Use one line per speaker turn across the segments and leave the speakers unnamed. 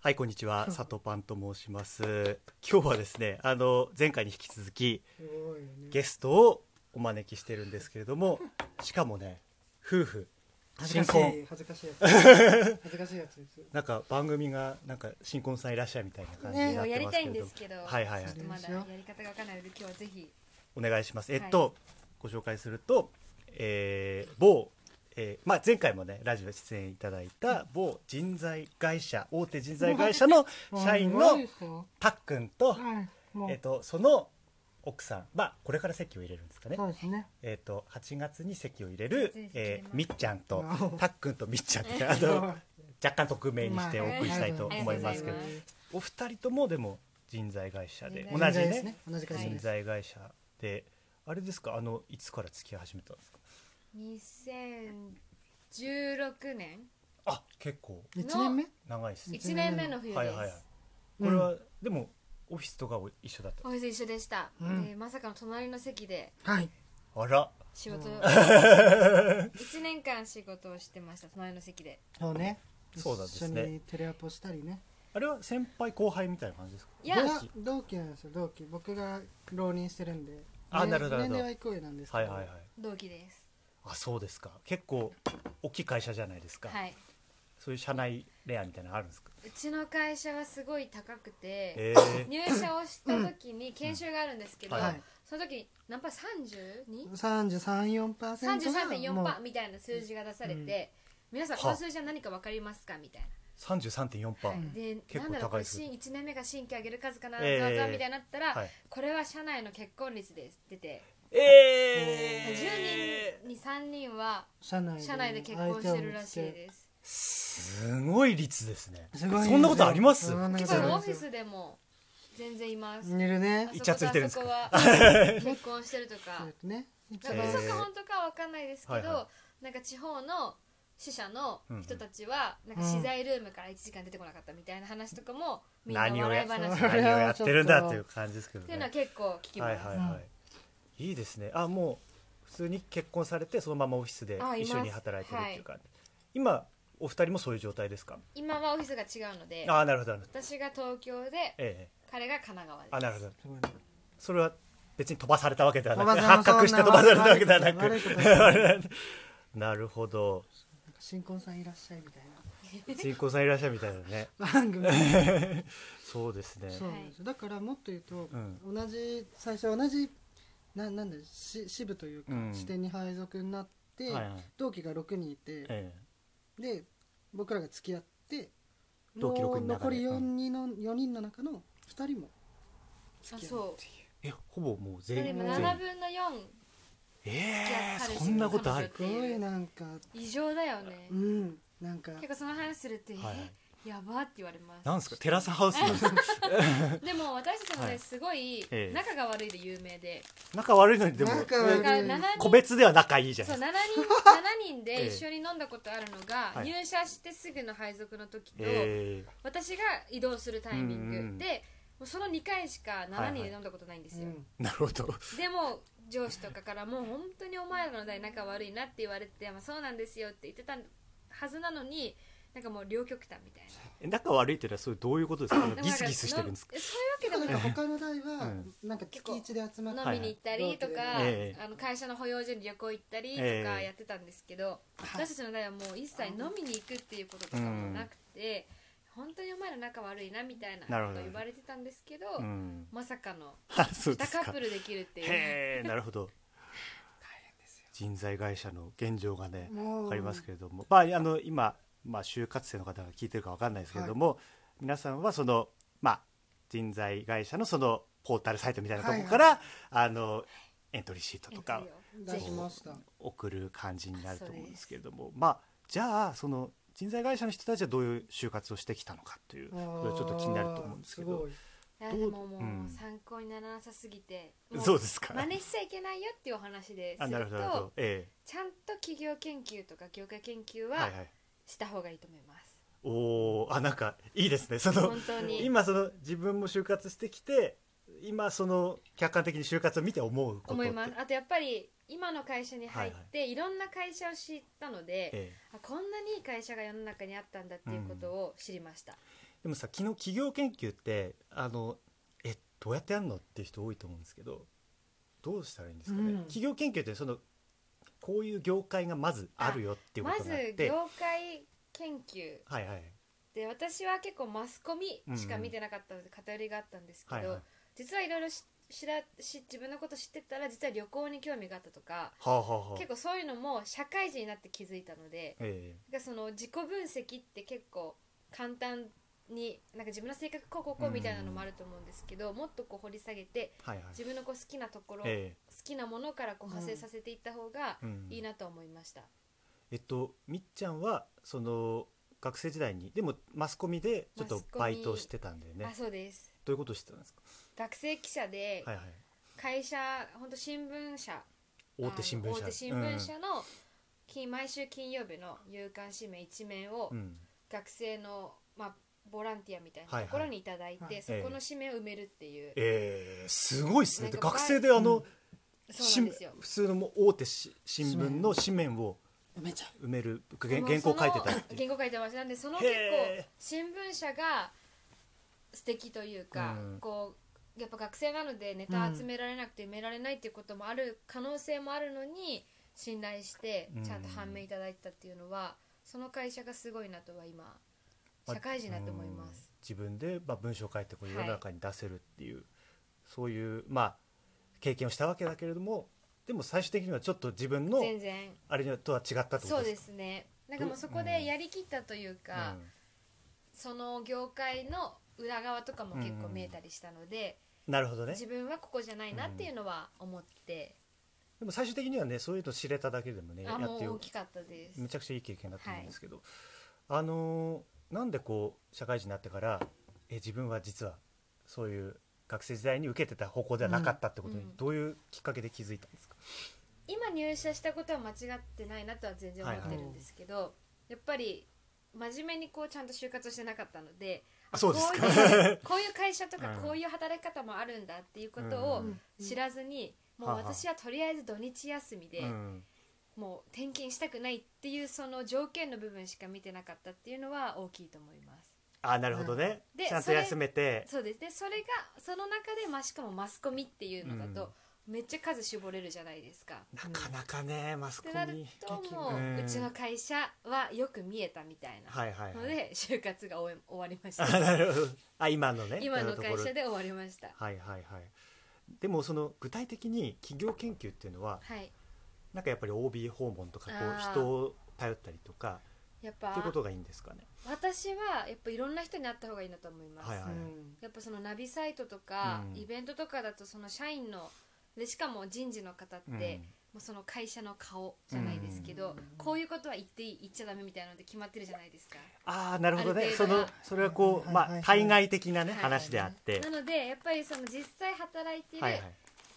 はい、こんにちは。佐藤パンと申します。今日はですね、あの、前回に引き続き、
すごいよね
ゲストをお招きしてるんですけれども、しかもね、夫婦、
恥
新
ずかし
婚。
い恥ず かしいやつ恥ずかしいやつです
なんか番組が、なんか新婚さんいらっしゃいみたいな感じに
ね
なっ
や
て
り
ま
た
すけれ
いん
ど
で
も
す。けど、
はいはいはい
ちょっとまだやり方がわからないので今日はぜひ
お願いします。えっと、ご紹介すると、えー某、えーまあ、前回もねラジオ出演いただいた某人材会社大手人材会社の社員
もう
の
いいですかは
たっくんと,、
いもう、
えっとその奥さん、まあ、これから籍を入れるんですかね
そ、うですね
えっと8月に籍を入れる
全然、
えー
入れます
みっちゃんと
わお
たっくんとみっちゃん ってあの若干匿名にしてお送りしたいと思いますけど
まあはい
お二人ともでも人材会社で同
人材
じ
人材で
ね
すね同じ会社
人
です、
材会社であれですかあのいつから付き合い始めたんですか
2016年
あ結構
一年目
長いですね
一
1年目の冬です、
はいはいはいこれは、でもオフィスとかは一緒だった
お店一緒でした、
うん
でまさかの隣の席で
はい
あら
仕事、1年間仕事をしてました隣の席で
そうね
そうなんですね
一緒にテレアポしたりね
あれは先輩後輩みたいな感じですか
いや
同期
同同期なんですよ同期僕が浪人してるんで
あ
ね
なるほどなる
年
ほど
齢は一個上なんですけ
は
ど
いはいはい
同期です
あそうですか結構大きい会社じゃないですか、
はい
そういう社内レアみたいなのあるんですか
うちの会社はすごい高くて、
え
入社をした時に研修があるんですけど、
はい
はい
その時に何パー 32?
33.4%
33.4%
もう
パーみたいな数字が出されて、皆さん
は
この数字は何か分かりますかみたい
ー、33.4%、
な、
はい
で
結構
なんだろうこ
高い
れ
数字
1年目が新規上げる数かな、
えー
ざわざわみたいになったら、
はい
これは社内の結婚率です出て、
え
10人に3人は
社内
社内で結婚してるらしいです
すごい率ですね
すごいですよ
そんなことあります
そんなこ
結
とあり
構
ま
オ
す
フィスでも全然います、
いるね
イチャついてるんです
かあそこは結婚してると
そ
か
うですね一
な
応
んか嘘か本当かは分かんないですけど、
はいは
なんか地方の支社の人たちはなんか資材ルームから1時間出てこなかったみたいな話とかもみんな
何を
笑
や
い
何
話
を
っ
笑い話
やってるんだっていう感じですけど
ていうのは
ね
結構聞きま
はい
す、
はいはいいいですねあもう普通に結婚されてそのままオフィスで
あいま
一
す
緒に働いてるっていう感じ、今お二人もそういう状態ですか
今はオフィスが違うので
ああなるほどなるほど
私が東京で
ええ
彼が神奈川です
あなるほど
すごいね
それは別に飛ばされたわけではな
飛
く
ばされ
発覚して飛ばされたわけではなく
悪いこと悪
なるほど
なんか新婚さんいらっしゃいみたい
新婚さんいらっしゃるみたいなね
な番組
そうですね
そうなんですよだからもっと言うと、
う
同じ最初同じななんだろうし支部というか、
うん
支店に配属になって、
はいはい
同期が6人いて、
え
で僕らが付き合って
同期六
も
人の
う
中
残
で
り4人の四人の中の2人も
あそう
ええほぼもう
で
全員
も
全
7
員
分の4
ええ
付き合う彼氏
そんなことある
彼
すごいなんか
異常だよね
うんなんか
結構その話するって、
はいはい
えやばって言われます
なんですかテラスハウスなんですか
でも私たちもね、
はい
すごい
ええ
仲が悪いで有名で、
仲悪いのにでも
仲悪い
だから7人
個別では仲いいじゃな
そ
いう
7
で
人 7人で一緒に飲んだことあるのが、
はい
入社してすぐの配属の時
すか
と、
え
私が移動するタイミング、
うんうん
でもうその2回しか
はいは
7
い
人で飲んだことないんですよ、
えなるほど
でも上司とかからもう本当にお前らの代仲悪いなって言われて、まあ、そうなんですよって言ってたはずなのになんかもう両極端みたい
え仲悪いっていうのはそれどういうことですかあの
な
ギスギスしてるんですか
かそういうわ
な
け
ん
で
か
もな
他の代は、
うん
なんか月一で集まって
く飲みに行ったりとか、
はい
ええ
あの会社の保養所に旅行行ったりとか
ええ
やってたんですけど、私たちの代はもう一切飲みに行くっていうこととかもなくて、本当にお前ら仲悪いなみたいな
なるほ
こ
ど
とを言われてたんですけど
うん
まさかの
あ そうで
2
すか
カップルできるっていうね
へえなるほど人材会社の現状がね
もう
分かりますけれどもまああの今、まあ、就活生の方が聞いてるか分かんないですけれども、皆さんはその、まあ、人材会社のそのポータルサイトみたいなところから、あのエントリーシートと か
エントリーを
出しました
送る感じになると思うんですけれどもまあじゃあその人材会社の人たちはどういう就活をしてきたのかという
あ
それ
ー
はちょっと気になると思うんですけ
ご
ど
い
いやでももう、
うん
参考にならなさすぎても
そうですか
真似しちゃいけないよっていうお話です
あなる
る
ほどなるほ
と
どえ
ちゃんと企業研究とか業界研究
え
は
はいはい
した方がいいと思います、
おーあなんかいいですねその
本当に
今その自分も就活してきて今その客観的に就活を見て思うことっ
思
て
いますあとやっぱり今の会社に入って、いろんな会社を知ったので、
ええ
あこんなにいい会社が世の中にあったんだっていうことを知りました、
でもさ昨日企業研究ってあのえどうやってやるのっていう人多いと思うんですけどどうしたらいいんですかね、
うん
企業研究ってそのこういう業界がまずあるよっていうこ
ま
と
ず
があって
業界研究
はいはい
で私は結構マスコミしか見てなかったので偏りがあったんですけど、
はいはい
実はいろいろし知らし自分のこと知ってたら実は旅行に興味があったとか
はあはあはあ
結構そういうのも社会人になって気づいたので
え
なんかその自己分析って結構簡単になんか自分の性格こうこうこうみたいなのもあると思うんですけど、もっとこう掘り下げて
えはいはい
自分のこう好きなところ、
え
好きなものからこう派生させていった方が
えうん
いいなと思いました、
えっとみっちゃんはその学生時代にでもマスコミでちょっ
マ
と
スコミ
バイトしてたんだよね
あそうです
どういうことしてたんですか
学生記者で
はいはい
会社本当新聞社
大手新聞社
あの大手新聞社の、金毎週金曜日の夕刊紙面一面を
うんうん
学生の、まあ、ボランティアみたい
は
ない
は
と
い
ころにいただいて、
はい
そこの紙面を埋めるっていう、
ええすごいっすね
なんか
学生であの、
そうなんですよ
紙普通のもう大手し新聞の紙面を
梅ちゃん
埋める
で
原
も
原稿
その
書いてたっていう
原稿書いてましたなんでその結構
へ
新聞社が素敵というか、
うん
こうやっぱ学生なのでネタ集められなくて埋められないっていうこともある可能性もあるのに信頼して
うん
ちゃんと判明いただいたっていうのはその会社がすごいなとは今社会人だと思いま
う
す
ん、自分で、まあ、文章を書いてこう世
はい
の中に出せるっていう、そういうまあ経験をしたわけだけれどもでも最終的にはちょっと自分の
全然
あれとは違ったってこ
そ
と
う
で
ですすねなんかもうそこでやりきったという
か
か、その業界の裏側とかも結構見えたりしたので、
うんなるほどね
自分はここじゃないなっていうのは思って、
でも最終的にはねそういうの知れただけでもね
あ
や
も
って
う大
よ
きかったです
めちゃくちゃいい経験だと思うんですけど、あのーなんでこう社会人になってからえ自分は実はそういう学生時代に受けてた方向ではなかったってことに、
うん
どういうきっかけで気づいたんですか、
今入社したことは間違ってないなとは全然思ってるんですけど、やっぱり真面目にこうちゃんと就活をしてなかったので
あそうですか
こういうこういう会社とか
うん
こういう働き方もあるんだっていうこと
う
を
ん
知らずに、
うん
もう
はは
私はとりあえず土日休みで、
うん
もう転勤したくないっていうその条件の部分しか見てなかったっていうのは大きいと思います
あなるほどね、
で
ちゃん
そ
と
れ
休めて
そうですねそれがその中で、まあ、しかもマスコミっていうのだと、めっちゃ数絞れるじゃないですか
なかなかねマス
っ
コ
てなる
ミ
と
激
もう、
うん
うちの会社はよく見えたみたいな
はいはい、
の
はい、
で、就活が終え終わりまし
あ
た
なるほどあ今のね
今
と
の
ころ
会社で終わりました
はいはいはいでもその具体的に企業研究っていうのは
はい
なんかやっぱり OB 訪問とかこ
あ
う
ー
人を頼ったりとか
やっ
っていう
ぱ
ことがいいんですかね
私はやっぱいろんな人に会った方がいいなと思います、
はいはい
やっぱそのナビサイトとか、
うん
イベントとかだとその社員のでしかも人事の方って、もうその会社の顔じゃないですけど、
うん
こういうことは言っていい言っちゃダメみたいなので決まってるじゃないですか
ああなるほど
あ
ね
る
そ
程度
のそれはこう、
はいはい
ま
は
あ
い
対外的なね、
はい
話であって
なのでやっぱりその実際働いてる
はいはい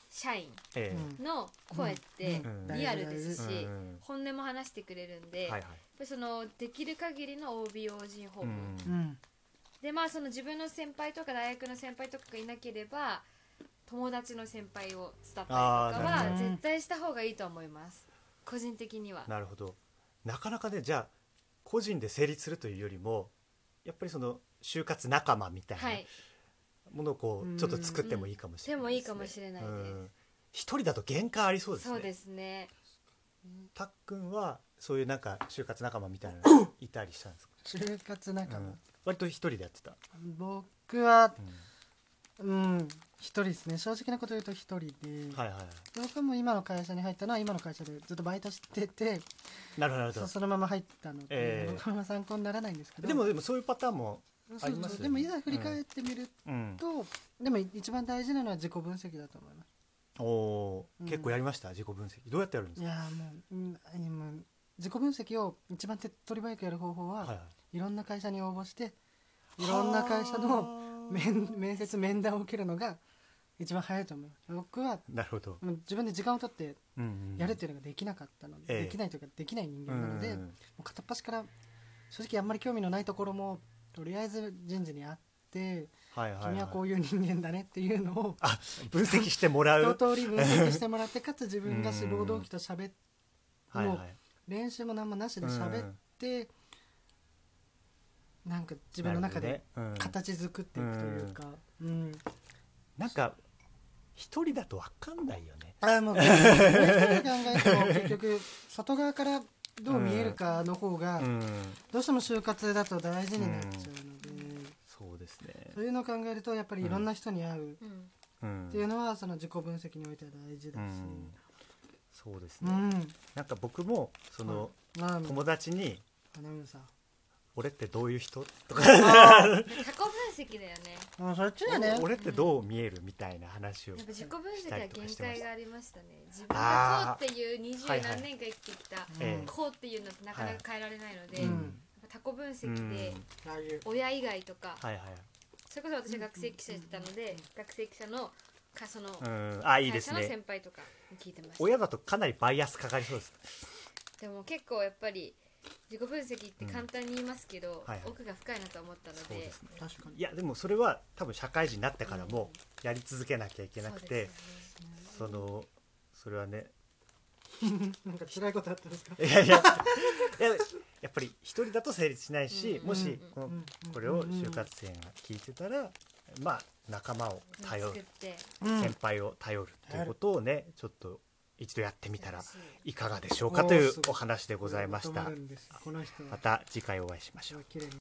社員
え
の声って
うん
リアルです
え
し、
うんうん
本音も話してくれるんで、
はいは
やっ
い
ぱりそのできる限りの OBOG 訪問、
うんうん
でまあその自分の先輩とか大学の先輩とかがいなければ友達の先輩を伝ったりとか
あーなる
は
ほど
絶対した方がいいと思います個人的には
なるほどなかなかねじゃあ個人で成立するというよりもやっぱりその就活仲間みたいな
はい
ものをこ
う
うんちょっと作ってもいいかもしれない
うんでもいいかもしれないです
うん一人だと限界ありそうですね
そうですね
たっくんはそういうなんか就活仲間みたいな のいたりしたんですか、
就活仲間、
割と一人でやってた、
僕は
うん
うん一人ですね正直なこと言うと一人で、
はいはいは
僕も今の会社に入ったのは今の会社でずっとバイトしてて
いなるほどなるほ
そ
ど
そのまま入ったので、
ええ
僕は参考にならないんですけど
でもでもそういうパターンも
そ
あ
う
りますよね
でもいざ振り返ってみる
うん
と、でも一番大事なのは自己分析だと思います
おおー、
うん
結構やりました自己分析どうやってやるんで
い
すか
やーもう、うん、今自己分析を一番手っ取り早くやる方法は、、
はいはい
ろんな会社に応募していろんな会社の
はー
面面接面談を受けるのが一番早いと思います僕は
なるほど、
もう自分で時間を取って
うんうん
やるっていうのができなかったので、
ええ
できないというかできない人間なので、
うん
もう片っ端から正直あんまり興味のないところもとりあえず人事に会って
はいはい、はい、
君はこういう人間だねっていうのを
あ分析してもら
一
う
通り分析してもらってかつ自分が志望動機と喋っ
はいは
練習も何もなしで喋って、なんか自分の中で
なるほどねうん
形作っていくというか、うん
なんか一人だとわかんないよ ね
あもうこれ一人で考えても結局外側からどう見えるかの方が、
うん
どうしても就活だと大事になっちゃうので、
そうですね
そういうのを考えるとやっぱりいろんな人に会う
うんうん
うん
っていうのはその自己分析においては大事だ
う
し、
んそうです
う
ね
ん
なんか僕もその
まあア
友達に
ナウンサー
「俺ってどういう人?」とか
あ
過去分析だよね
あそっちだね
「俺ってどう見える?」みたいな話を
やっぱ自己分析は限界がありましたね自分
あー
がこうっていう二十
はい
何
はい
年間生きてきた、
ええ
こうっていうのってなかなか変えられないので、
う
うん
やっ
ん
ぱ他己分
う
析で
ん
ああいう
親以外とか、
はいはい
それこそ私学生記者やってたので、学生記者のかその
うんあいい
会
です
社の
ね
先輩とかに聞いてました、
親だとかなりバイアスかかりそうです
でも結構やっぱり自己分析って簡単に言いますけど、
うんはいはい
奥が深いなと思ったので
そうですね
確かに
いやでもそれは多分社会人になってからもやり続けなきゃいけなくて
そ
そう
ですよね
のそれはね
なんか辛いことあったんですか
いやいやいややっぱり一人だと成立しないし
うん
も
う
し
ん
この
うん
これを就活生が聞いてたらまあ仲間を頼
作っ
る
て
うん
先輩を頼るということをねちょっと一度やってみたら
楽しい
いかがでしょうかという
おーすごい
お話でございまし
ま
た
とまるんですこの人は
また次回お会いしましょう
すごい綺麗に